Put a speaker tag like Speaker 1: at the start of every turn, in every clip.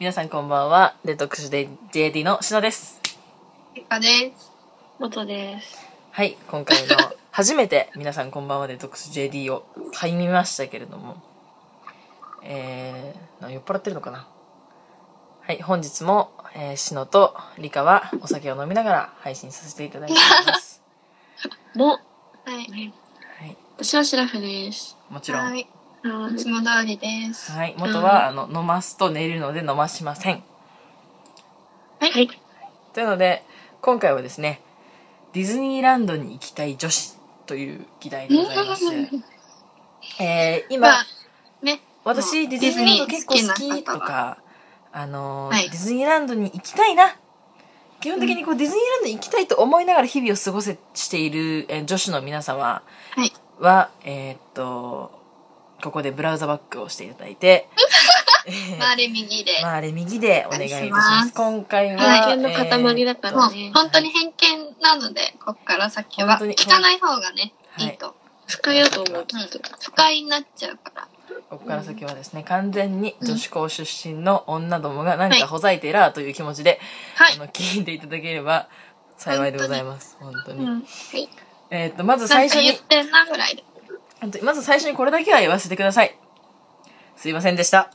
Speaker 1: 皆さんこんばんは。デトックスで JD のしのです。
Speaker 2: 結果です。元です。
Speaker 1: はい、今回の初めて皆さんこんばんはデトックス JD を買い見ましたけれども、えー、な酔っ払ってるのかなはい、本日も、えー、しのとりかはお酒を飲みながら配信させていただいております。
Speaker 3: も、
Speaker 2: はい。
Speaker 1: はい、
Speaker 3: 私はシラフです。
Speaker 1: もちろん。
Speaker 2: い。うちのダーリです。
Speaker 1: はい、元は、あの、飲ますと寝るので飲ましません。
Speaker 2: はい。はい。
Speaker 1: というので今回はですねディズニーランドに行きたい女子という議題でございます、えー、今、
Speaker 2: まあ、ね。
Speaker 1: 私ディズニーランド結構好きと
Speaker 2: 好きな方
Speaker 1: かあのー、
Speaker 2: はい
Speaker 1: ディズニーランドに行きたいな基本的にこうディズニーランドに行きたいと思いながら日々を過ごせしている、えー女子の皆様
Speaker 2: はい
Speaker 1: は、えーっとここでブラウザバックをしていただいて、えー
Speaker 2: まあ、あれ右で。
Speaker 1: まあ、あれ右でお願いいたし
Speaker 2: お願
Speaker 1: ま
Speaker 2: いしますす
Speaker 1: 今回は、
Speaker 3: 偏見の
Speaker 1: え
Speaker 3: 塊
Speaker 1: ー
Speaker 3: だ
Speaker 1: っと
Speaker 3: から
Speaker 2: もう
Speaker 3: ね、
Speaker 2: 本当に偏見なので、こっから先
Speaker 1: 本
Speaker 2: は。
Speaker 1: 当に
Speaker 2: 聞かない方がね、
Speaker 1: はい
Speaker 2: いいと。
Speaker 3: 不快だと思う。
Speaker 2: うん。不快になっちゃうから。
Speaker 1: ここから先はですね、完全に女子校出身の女どもが何かほざいてらーという気持ちで、
Speaker 2: はい
Speaker 1: あ。の聞いていただければ 幸いでございます。本当に。
Speaker 2: うん。はい。
Speaker 1: えーっと、まず
Speaker 2: な
Speaker 1: 最
Speaker 2: ん
Speaker 1: 初
Speaker 2: か言
Speaker 1: に
Speaker 2: っ、てんなぐらいで。
Speaker 1: 本当にまず最初にこれだけは言わせてください。すいませんでした。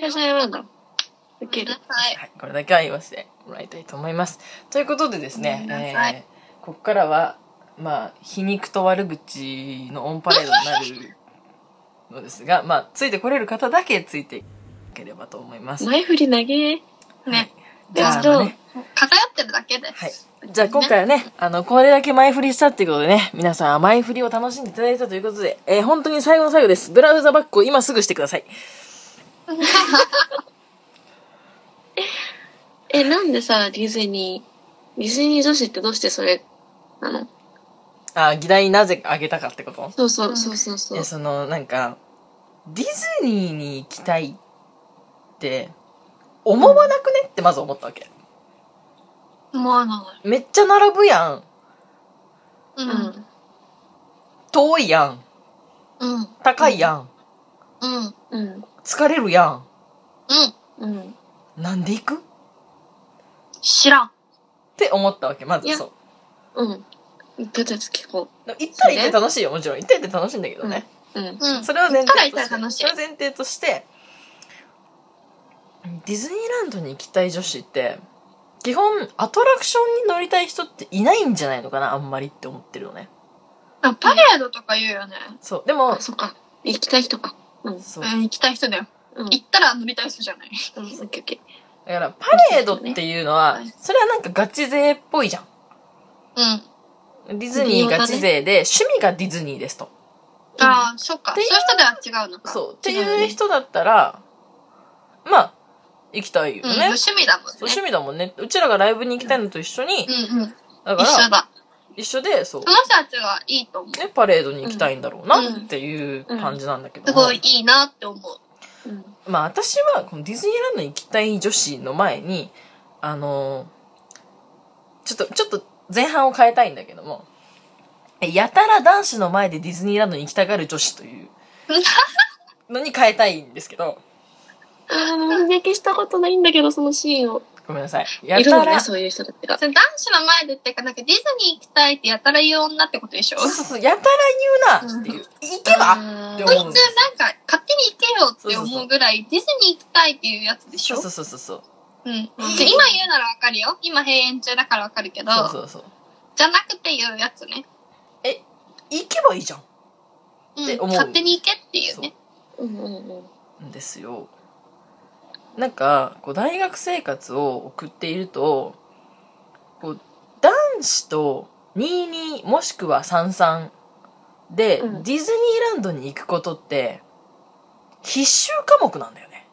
Speaker 3: 会社なんだ。受ける
Speaker 2: な。さい。
Speaker 1: はい、これだけは言わせてもらいたいと思います。ということでですね、
Speaker 2: ごめんなさい
Speaker 1: えー、ここからは、まあ、皮肉と悪口のオンパレードになるのですが、まあ、ついてこれる方だけついていければと思います。
Speaker 3: 前振り投げ。
Speaker 2: ね。
Speaker 1: じゃあ、あ
Speaker 3: どう
Speaker 1: のね、
Speaker 2: 偏ってるだけです。
Speaker 1: はい。じゃあ今回はね、あの、これだけ前振りしたっていうことでね、皆さん前振りを楽しんでいただいたということで、えー本当に最後の最後です。ブラウザバックを今すぐしてください。
Speaker 3: え、なんでさ、ディズニー、ディズニー女子ってどうしてそれなの
Speaker 1: あー、議題なぜあげたかってこと
Speaker 3: そうそう、そうそうそ
Speaker 1: いうや、。その、なんか、ディズニーに行きたいって、思わなくねってまず思ったわけ。
Speaker 2: 思わな
Speaker 1: めっちゃ並ぶやん。
Speaker 2: い。
Speaker 3: う
Speaker 2: う。
Speaker 3: んん。
Speaker 1: 遠いやん。
Speaker 2: うん。
Speaker 1: 高いやん。
Speaker 2: うん。
Speaker 3: うん。
Speaker 1: 疲れるやん。
Speaker 2: うん。
Speaker 3: うん。
Speaker 1: なんで行くっ
Speaker 2: 知らん。
Speaker 1: て思ったわけ、まず
Speaker 3: いや
Speaker 1: そう。
Speaker 3: うん。とりあえず聞こ
Speaker 1: でも行ったら行って楽しいよ、もちろん。行ったら行って楽しいんだけどね。
Speaker 3: う。うん。
Speaker 2: うん。
Speaker 1: それを前
Speaker 2: ただ
Speaker 1: 提
Speaker 2: い
Speaker 1: と
Speaker 2: た
Speaker 1: し
Speaker 2: ら
Speaker 1: て
Speaker 2: 楽しい
Speaker 1: それを前提としてディズニーランドに行きたい女子って基本アトラクションに乗りたい人っていないんじゃないのかなあんまりって思ってるのね
Speaker 2: あパレードとか言うよね。
Speaker 1: そうでも
Speaker 3: あ、そっか。行きたい人か。うん。うん。
Speaker 1: そううんだ、
Speaker 2: 行きたい人だよ。
Speaker 3: うん。オッ
Speaker 2: 行ったら乗りたい人じゃない。
Speaker 3: ケーオッケ
Speaker 1: からパレードっていうのは
Speaker 2: そうです
Speaker 1: それはなんかガチ勢っぽいじゃ
Speaker 2: うん。あ
Speaker 1: んディズニーガチ勢で趣味がディズニーですと
Speaker 2: あー、そうか。
Speaker 1: って
Speaker 2: そう
Speaker 1: い
Speaker 2: いうう人では違うのか。
Speaker 1: そうっ
Speaker 3: 違
Speaker 1: て
Speaker 3: うね
Speaker 1: いう人だったらまあ行きたいよ
Speaker 2: う
Speaker 1: ね
Speaker 2: ん、、趣味だもんね。
Speaker 1: そう趣味だもんねうちらがライブに行きたいのと一緒に、
Speaker 2: うんうん。
Speaker 1: だか
Speaker 2: 一緒
Speaker 1: ら
Speaker 2: だ。
Speaker 1: 一緒でそう
Speaker 2: その人たちがいいと思う。
Speaker 1: ね、パレードに行きたいんだろうなっていう感じなんだけど
Speaker 2: す
Speaker 1: も、
Speaker 2: ごいいいなって思う。
Speaker 3: ーうん。
Speaker 1: まあ私はこのディズニーランドに行きたい女子の前に、あのーちょっと、ちょっと前半を変えたいんだけども、えやたら男子の前でディズニーランドに行きたがる女子と いうのに変えたいんですけど、
Speaker 3: ああ、もう見けしたことないんだけど、そのシーンを。
Speaker 1: ごめんなさい。や
Speaker 3: いるの
Speaker 1: たら、
Speaker 3: ね、
Speaker 1: そう
Speaker 3: そういう人たちが。
Speaker 2: それ男子の前でっていうか、なんかディズニー行きたいってやたら言う女ってことでしょ
Speaker 1: そう
Speaker 2: そい
Speaker 1: そう、やたら言うなっていう、行けば
Speaker 3: あ
Speaker 1: って
Speaker 3: ー
Speaker 2: つな
Speaker 1: 思うん
Speaker 2: ん
Speaker 1: です
Speaker 2: か勝手に行けよって思うぐらいディズニー行きたいっていうやつでし
Speaker 1: そ
Speaker 2: ょ
Speaker 1: うそうそうそうそう。
Speaker 2: うん。で今言うならわかるよ。今閉園中だからわかるけど、
Speaker 1: そうそうそう。
Speaker 2: じゃなくて言うやつね。
Speaker 1: 行けばいいじゃ
Speaker 2: う
Speaker 1: って
Speaker 2: ん。
Speaker 1: 思う。
Speaker 2: 勝手に行けっていうんね。
Speaker 3: うんうんうん。
Speaker 1: んですよなんかこう大学生活を送っているとこう男子と22もしくは33で、
Speaker 3: うん
Speaker 1: ディズニーランドに行くことって必修科目なんだよ ね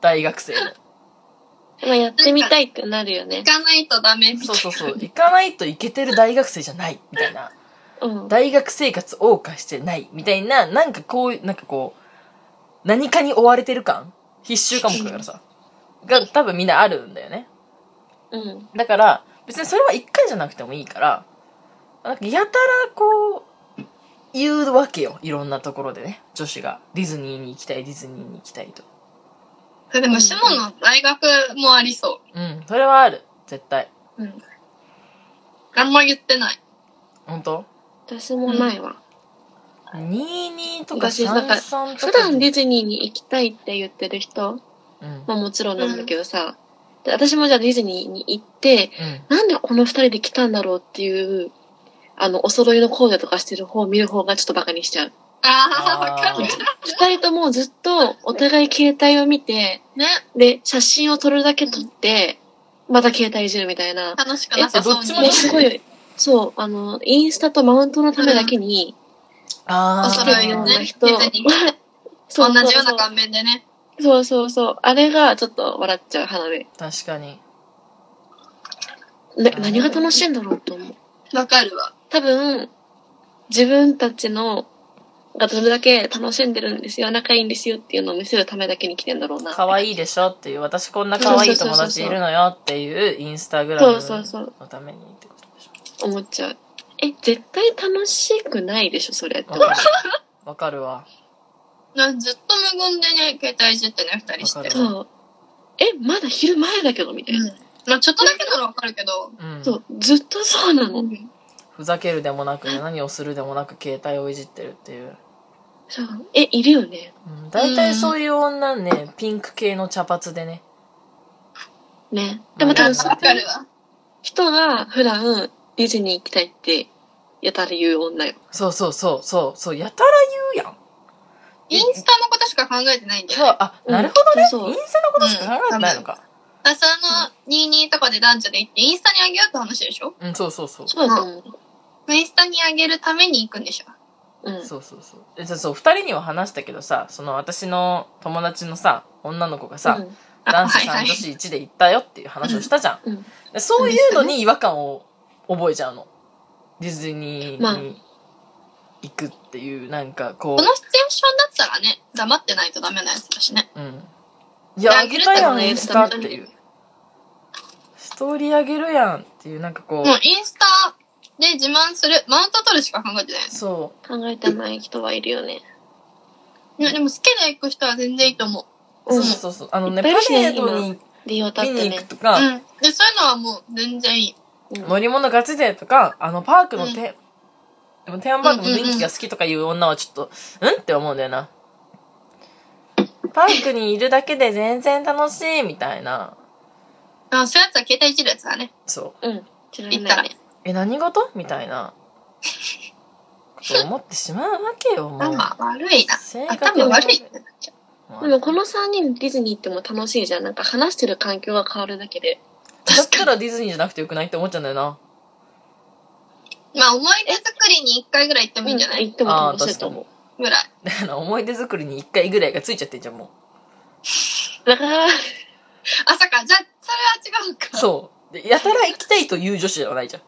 Speaker 1: 大学生の
Speaker 3: まあ、やってみたいってなるよね
Speaker 2: 行。かないとダメみたい
Speaker 1: そう
Speaker 2: な。
Speaker 1: そうそう行かないといけてる大学生じゃないみたいな
Speaker 3: うん。
Speaker 1: 大学生活謳歌してないみたいななんかこうなんかこう何かに追われてる感必修科目だからさが多分みんなあるんだよね
Speaker 3: うん。
Speaker 1: だから別にそれは1回じゃなくてもいいからなんかやたらこう言うわけよ。いろんなところでね。女子がディズニーに行きたい、ディズニーに行きたいと。
Speaker 2: それでも、シモの大学もありそ
Speaker 1: うん、それはある。絶対。
Speaker 2: う。うん。あんま言ってない。
Speaker 1: 本当
Speaker 3: 私もないわ。
Speaker 1: ?22 とか
Speaker 3: 私、だから、
Speaker 1: 33と
Speaker 3: 普
Speaker 1: か。
Speaker 3: 段ディズニーに行きたいって言ってる人、
Speaker 1: うん。うん。
Speaker 3: まあもちろんなんだけどさ、で私もじゃあディズニーに行って、なんでこの二人で来たんだろうっていう、あの、お揃いのコーデとかしてる方を見る方がちょっとバカにしちゃう。
Speaker 1: あ
Speaker 2: ああ、わか
Speaker 1: ー
Speaker 2: る。
Speaker 3: 二人ともずっとお互い携帯を見て、
Speaker 2: ね。
Speaker 3: で、写真を撮るだけ撮って、また携帯いじるみたいな。
Speaker 2: 楽しくなさそうに。
Speaker 1: えどっち
Speaker 3: もうすごい、そう、あの、インスタとマウントのためだけに、
Speaker 1: あー
Speaker 2: お揃いのね、ディズニー。
Speaker 3: そう
Speaker 2: 同
Speaker 3: そう
Speaker 2: じよ
Speaker 3: そ
Speaker 2: うな
Speaker 3: う
Speaker 2: 顔面でね。
Speaker 3: そうそうそう。あれがちょっと笑っちゃう、花火。
Speaker 1: 確かに。
Speaker 3: な何が楽しいんだろうと思う。
Speaker 2: わかるわ。
Speaker 3: 多分、自分たちの、がどれだけ楽しんでるんですよ、仲いいんですよっていうのを見せるためだけに来てんだろうな。
Speaker 1: 可愛いでしょっていう、私こんな可愛い友達いるのよっていうインスタグラ
Speaker 3: そ
Speaker 1: ム
Speaker 3: うそうそう、
Speaker 1: のためにってことでしょ。
Speaker 3: 思っちゃう。え、絶対楽しくないでしょ、それって
Speaker 1: わ。かる。わかるわ。
Speaker 2: なずっと無言でね、携帯いじってね、二人し
Speaker 1: わ
Speaker 2: て
Speaker 1: か。る
Speaker 3: そう。え、まだ昼前だけど、みた
Speaker 2: う
Speaker 3: いな。
Speaker 2: ん。まあちょっとだけならわかるけど。
Speaker 1: うん。
Speaker 3: そう、ずっとそうなの。
Speaker 2: うん
Speaker 1: ふざけるでもなく、何をするでもなく携帯をいじってるっていう。
Speaker 3: そう。え、いるよね。
Speaker 1: うん大体そういう女ね、ピンク系の茶髪でね。
Speaker 3: ね。でも多分そ
Speaker 2: わ
Speaker 3: う
Speaker 2: かるわ。
Speaker 3: 人が普段ディズニー行きたいってやたら言う女よ。
Speaker 1: そうそうそうそう、そう、やたら言うやん。
Speaker 2: インスタのことしか考えてないんだよ
Speaker 1: そ
Speaker 2: ね。
Speaker 1: う、あ、なるほどね。
Speaker 3: そうそう
Speaker 1: インスタのことしか考えてないのか。
Speaker 2: あその、22とかで男女で行って、インスタにあげようって話でしょ
Speaker 1: うん、そうそうそう。
Speaker 3: そうだと思う。
Speaker 2: インスタにあげるために行くんでしょ
Speaker 3: うん。
Speaker 1: そうそうそう。え、じゃあそう、二人には話したけどさ、その私の友達のさ、女の子がさ、
Speaker 3: うん
Speaker 2: あ
Speaker 1: 男子
Speaker 2: はいは
Speaker 1: 3
Speaker 2: い
Speaker 1: 女子1で行ったよっていう話をしたじゃん。
Speaker 3: うん。
Speaker 1: でそういうのに違和感を覚えちゃうの。ディズニ
Speaker 3: ま
Speaker 1: ー
Speaker 3: あ
Speaker 1: に行くっていう、なんかこ
Speaker 2: このシチュエーションだったらね、黙ってないとダメなやつだしね。
Speaker 1: う、うん。いや、あ
Speaker 2: あ
Speaker 1: げた
Speaker 2: げた
Speaker 1: や
Speaker 2: よ
Speaker 1: ん、
Speaker 3: ね
Speaker 1: インスタっていう。ストーリーあげるやんっていう、なんかこ
Speaker 2: も
Speaker 1: う、
Speaker 2: うインスタで自慢する、マウント取るしか考えてない
Speaker 1: そ
Speaker 3: 考えてない人はいるよね。
Speaker 2: ね。でも好きで行く人は全然いいと思う。
Speaker 1: う、
Speaker 3: うん
Speaker 1: そうそうそう。あの
Speaker 3: い
Speaker 1: ね、
Speaker 3: っ
Speaker 1: パ
Speaker 3: ぱいいるし
Speaker 1: レ
Speaker 3: ね
Speaker 1: ードに
Speaker 3: 利用だっ
Speaker 1: 見
Speaker 3: て
Speaker 1: に行く
Speaker 3: ね。
Speaker 1: とか、
Speaker 2: うん。で、そういうのはもう全然いい。
Speaker 3: うん
Speaker 1: 乗り物ガチ勢とか、あの、パークのて、でもテーマパークの雰囲気が好きとかいう女はちょっと、うんって思うんだよな。パークにいるだけで全然楽しいみたいな。
Speaker 2: あそういうやつは携帯いじるやつだね。
Speaker 1: そう。
Speaker 3: うん。嫌い
Speaker 2: 行っ
Speaker 3: な
Speaker 2: た
Speaker 3: い
Speaker 2: ら
Speaker 3: ね。。
Speaker 1: え、何事みたいな。こと思ってしまうわけよ、もう。
Speaker 2: 頭悪いな。
Speaker 1: 性
Speaker 2: 頭悪い。
Speaker 3: でもこの3人ディズニー行っても楽しいじゃん。なんか話してる環境が変わるだけで。
Speaker 1: だったらディズニーじゃなくてよくないって思っちゃうんだよな。
Speaker 2: まあ思い出作りに一回ぐらい行ってもいいんじゃない
Speaker 3: 行っても楽しいと思う。
Speaker 2: ぐらい。
Speaker 1: だから思い出作りに一回ぐらいがついちゃってんじゃん、も
Speaker 3: だから、
Speaker 2: 朝か。じゃあ、それは違う
Speaker 1: う。
Speaker 2: か。
Speaker 1: そう。でやたら行きたいという女子ではないじゃん。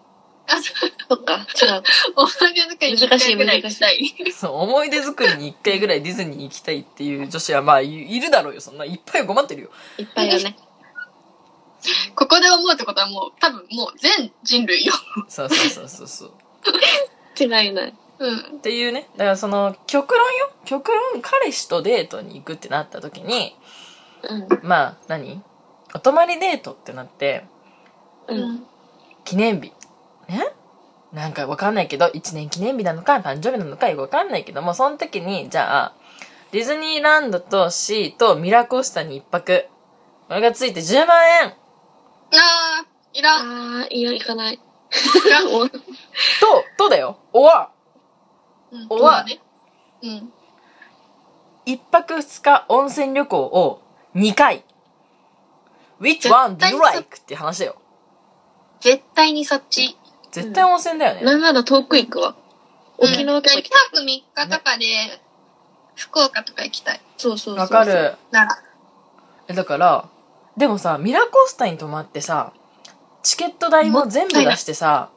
Speaker 2: あそう
Speaker 3: そっか、違う。
Speaker 2: 思い出作りに一回ぐらい行きたい。
Speaker 1: そう、思い出作りに一回ぐらいディズニー行きたいっていう女子はまあ、いいるだろうよ。そんな、いっぱい困ってるよ。
Speaker 3: いっぱいよね。
Speaker 2: ここで思うってことはもう、多分もう全人類よ。
Speaker 1: そうそうそうそうそう。
Speaker 3: 違いない。
Speaker 2: うん。
Speaker 1: っていうね。だからその、極論よ。極論、彼氏とデートに行くってなった時に、
Speaker 3: うん。
Speaker 1: まあ、何お泊まりデートってなって、
Speaker 3: うん。
Speaker 1: 記念日。ねなんかわかんないけど、1年記念日なのか、誕生日なのか、よくわかんないけども、その時に、じゃあ、ディズニーランドとシーとミラコスタに一泊。これがついて10万円
Speaker 2: あー、いらん。
Speaker 3: あー、いや、行かない。
Speaker 2: いらん。
Speaker 1: と、とだよ。おわ
Speaker 2: うん
Speaker 1: おわ
Speaker 2: そうだねうん。
Speaker 1: 一泊二日温泉旅行を2回。Which one do you
Speaker 2: 絶対そ
Speaker 1: like? って話だよ。
Speaker 2: 絶対にそっち。
Speaker 1: 絶対温泉だよね。
Speaker 3: なんなら遠く行くわ。
Speaker 2: うん
Speaker 3: 沖縄とか行
Speaker 2: 2
Speaker 3: きたい。
Speaker 2: 泊3日とかで、福岡とか行きたい。
Speaker 3: そうそうそうそう。
Speaker 1: わ、か。る。
Speaker 2: なら。
Speaker 1: えだから、でもさ、ミラコスタに泊まってさ、チケット代も全部出してさ、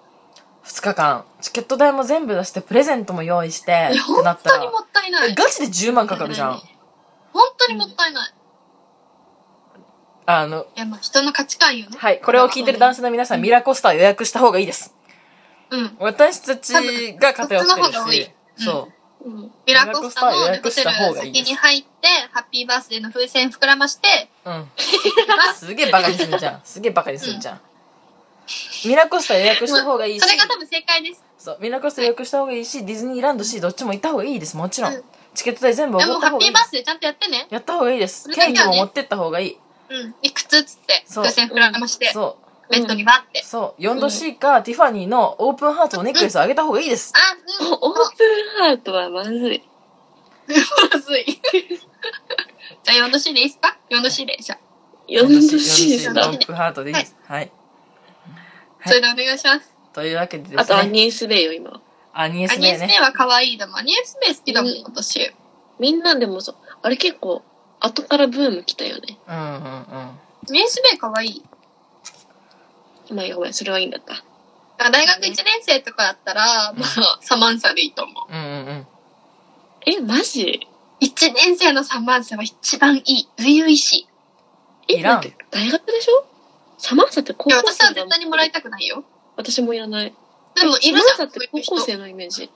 Speaker 1: 2日間、チケット代も全部出して、プレゼントも用意して、
Speaker 2: え
Speaker 1: って
Speaker 2: 本
Speaker 1: なった
Speaker 2: 当
Speaker 1: ら
Speaker 2: に、もったいない。
Speaker 1: ガチで10万かかるじゃ
Speaker 3: も
Speaker 1: ん
Speaker 3: っ。
Speaker 2: 本当にもったいない。
Speaker 1: あの、
Speaker 2: いや、まあ人の価値観よね。
Speaker 1: はい、これを聞いてる男性の皆さん、ミラコスタ予約した方がいいです。
Speaker 2: うん。
Speaker 1: 私たちが偏って
Speaker 2: 多分そっちの方が多
Speaker 1: るし
Speaker 2: い、
Speaker 1: そう。
Speaker 3: うん。
Speaker 2: ミラコスタの
Speaker 1: ミラ
Speaker 2: ホ
Speaker 1: コス
Speaker 2: テ
Speaker 1: タ
Speaker 2: ル
Speaker 1: 予約した方がいいです
Speaker 2: 先に入って、ハッピーバースデーの風船膨らまして、
Speaker 1: うん。
Speaker 2: ます
Speaker 1: げえバカにするじゃん。すげえバカにするじゃん。ミラコスタ予約した方がいいし
Speaker 2: そ、れが多分正解です。
Speaker 1: そう、ミラコスタ予約した方がいいし、ディズニーランド C どっちも行った方がいいです。もちろ
Speaker 2: うんん。
Speaker 1: チケット代全部
Speaker 2: で
Speaker 1: 送
Speaker 2: も
Speaker 1: っ
Speaker 2: ハ
Speaker 1: た方
Speaker 2: ッ
Speaker 1: が
Speaker 2: ピ
Speaker 1: いいで
Speaker 2: ーバー
Speaker 1: す。
Speaker 2: スデーちゃんとやってね。
Speaker 1: やった方がいいです。
Speaker 2: それだけは
Speaker 1: 権
Speaker 2: ね
Speaker 1: 利も持ってった方がいい。
Speaker 2: うん。いくつっつって、
Speaker 1: そう
Speaker 2: 風船膨らまして、
Speaker 1: そ
Speaker 2: ベッドにバって
Speaker 1: う、。そう。4度 C かティファニーのオープンハートのネックレスをあげた方がいいです。
Speaker 2: あ、うん。
Speaker 3: おオープンハートはまずい。
Speaker 2: まずい。じゃあ4度 C でいいですか ?4 度 C で。じゃあ、
Speaker 3: 4度 C で
Speaker 1: 4°C
Speaker 3: す
Speaker 1: のオ
Speaker 3: ね。
Speaker 1: ープンハートでいいです。はい。
Speaker 2: それでお願いします。
Speaker 1: というわけでで
Speaker 3: あとア
Speaker 1: すね。
Speaker 3: ニエスデイよ、今。
Speaker 1: アニエ
Speaker 2: ア
Speaker 1: ス
Speaker 2: ニエ
Speaker 1: ね
Speaker 2: ス
Speaker 1: ね。
Speaker 2: メは可愛いだもん。アニエスメ好きだもん、
Speaker 3: うん
Speaker 2: 私。
Speaker 3: みんなでもそう、あれ結構、後からブーム来たよね。
Speaker 1: うんうんうん。
Speaker 2: アニエスメ可愛い。
Speaker 3: まあ、ごめん、それはいいんだった。
Speaker 2: だから大学1年生とかだったら、まあ、サマンサでいいと思う。
Speaker 1: うんうんうん。
Speaker 3: え、マジ
Speaker 2: 1年生のサマンサは一番いい。初々しい。
Speaker 1: い
Speaker 3: え、
Speaker 1: らん
Speaker 3: だって大学でしょサマンサって高
Speaker 2: いや、
Speaker 3: 校
Speaker 2: 私
Speaker 3: 生
Speaker 2: は
Speaker 3: だも
Speaker 2: 絶
Speaker 3: ん
Speaker 2: 対にもらいたくないよ。
Speaker 3: 私もいらない。
Speaker 2: でも、い
Speaker 3: サマ
Speaker 2: るじ
Speaker 3: ン
Speaker 2: ゃ
Speaker 3: サ
Speaker 2: ん、
Speaker 3: っ
Speaker 2: そ
Speaker 3: て
Speaker 2: ういう
Speaker 3: 高
Speaker 2: 人
Speaker 3: 校。生のイメージ。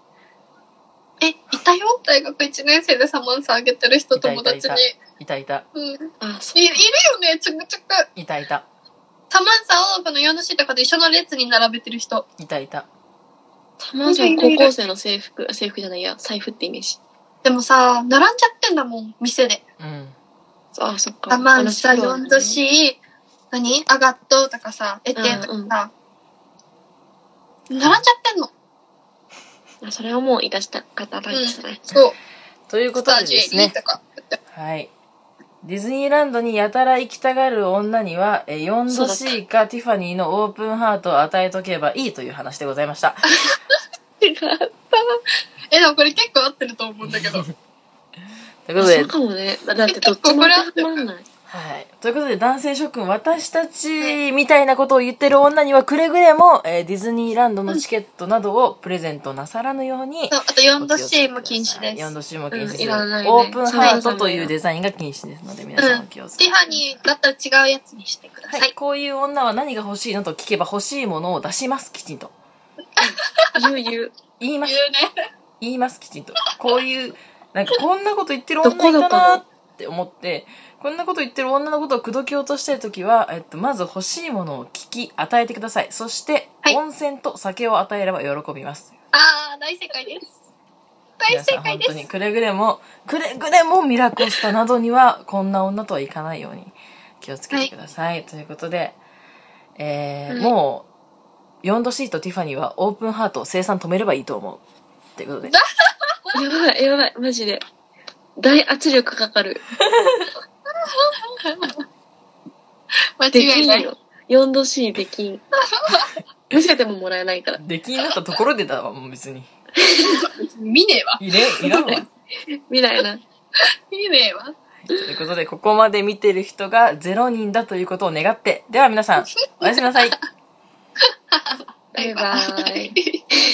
Speaker 2: え、いたよ大学1年生でサマンサあげてる人、
Speaker 1: いたい
Speaker 2: 友
Speaker 1: たい
Speaker 2: 達
Speaker 1: た
Speaker 2: に。
Speaker 1: いたいた。
Speaker 2: うん。い
Speaker 3: あ、そう。
Speaker 2: いるよね、ちょくちょく。
Speaker 1: いたいた。
Speaker 2: サマンサをこの4の C とかで一緒の列に並べてる人。
Speaker 1: いたいた。
Speaker 3: サマンサは高校生の制服、あ制服じゃないや、財布ってイメージ。
Speaker 2: でもさ、並んじゃってんだもん、店で。
Speaker 1: うん。
Speaker 3: あ、そっか。
Speaker 2: サマン
Speaker 3: 同
Speaker 2: サ、
Speaker 3: じ頃
Speaker 2: 4
Speaker 3: なん
Speaker 2: の
Speaker 3: だね
Speaker 2: C、何アガットとかさ、エテンとかさ。並んじゃってんの。
Speaker 3: あそれはもういたした方ないですね。
Speaker 2: そう。
Speaker 1: というこ
Speaker 2: ス
Speaker 1: と
Speaker 2: ター
Speaker 1: で
Speaker 2: ジ
Speaker 1: で
Speaker 2: ュ
Speaker 1: す
Speaker 2: エリ
Speaker 1: ね
Speaker 2: ー。とか。
Speaker 1: はい。ディズニーランドにやたら行きたがる女には、えー4度 C かティファニーのオープンハートを与えとけばいいという話でございました。
Speaker 3: 違う。
Speaker 2: え、でもこれ結構合ってると思うんだけど。
Speaker 1: ということ
Speaker 3: そ
Speaker 1: で
Speaker 3: う、かもね。だってどっちも当てはまんない。
Speaker 1: はい。ということで、男性諸君、私たちみたいなことを言ってる女には、くれぐれも、えーディズニーランドのチケットなどをプレゼントなさらぬように、
Speaker 2: そう、あと4度 C も禁止です。
Speaker 1: 4度 C も禁止です、
Speaker 3: うんいらないね
Speaker 1: オープンハートというデザインが禁止ですので、皆さんお気をつけ
Speaker 2: テ
Speaker 1: て
Speaker 2: ィファニーだったら違うやつにしてくださ。
Speaker 1: はいい、こういう女は何が欲しいのと聞けば欲しいものを出します、きちんと。
Speaker 3: ゆうゆう。
Speaker 1: 言いま
Speaker 2: 言う
Speaker 1: す、
Speaker 2: ね。
Speaker 1: 言います、きちんと。こういう、なんかこんなこと言ってる
Speaker 3: どこ
Speaker 1: 女い
Speaker 3: どこ
Speaker 1: たなって思って、こんなこと言ってる女のことを口説き落としたいときは、えっと、まず欲しいものを聞き、与えてください。そして、
Speaker 2: はい
Speaker 1: 温泉と酒を与えれば喜びます。
Speaker 2: あー、大正解です。大
Speaker 1: 皆さ
Speaker 2: 正
Speaker 1: ん
Speaker 2: 解
Speaker 1: 本
Speaker 2: で
Speaker 1: 当
Speaker 2: す。
Speaker 1: にくれぐれも、くれぐれもミラコスタなどには、こんな女とはいかないように気をつけてください。ということで、えー
Speaker 2: はい
Speaker 1: もう、4度シートティファニーはオープンハートを生産止めればいいと思う。ということで。
Speaker 3: やばい、やばい、マジで。大圧力かかる。
Speaker 2: 間
Speaker 3: で
Speaker 2: 違
Speaker 3: き
Speaker 2: い
Speaker 3: ん
Speaker 2: ない。
Speaker 3: よ。4度 C でき ん。見せてももらえないから。
Speaker 1: 出来になったところでだわ、もう別に。
Speaker 2: 見ねえわ。
Speaker 1: いれん、いらんわ。はい
Speaker 3: みたいな。
Speaker 2: 見ねえわ。
Speaker 1: ということで、ここまで見てる人が0人だということを願って、では皆さん、おやすみなさい。
Speaker 3: バイバイ。
Speaker 2: イ。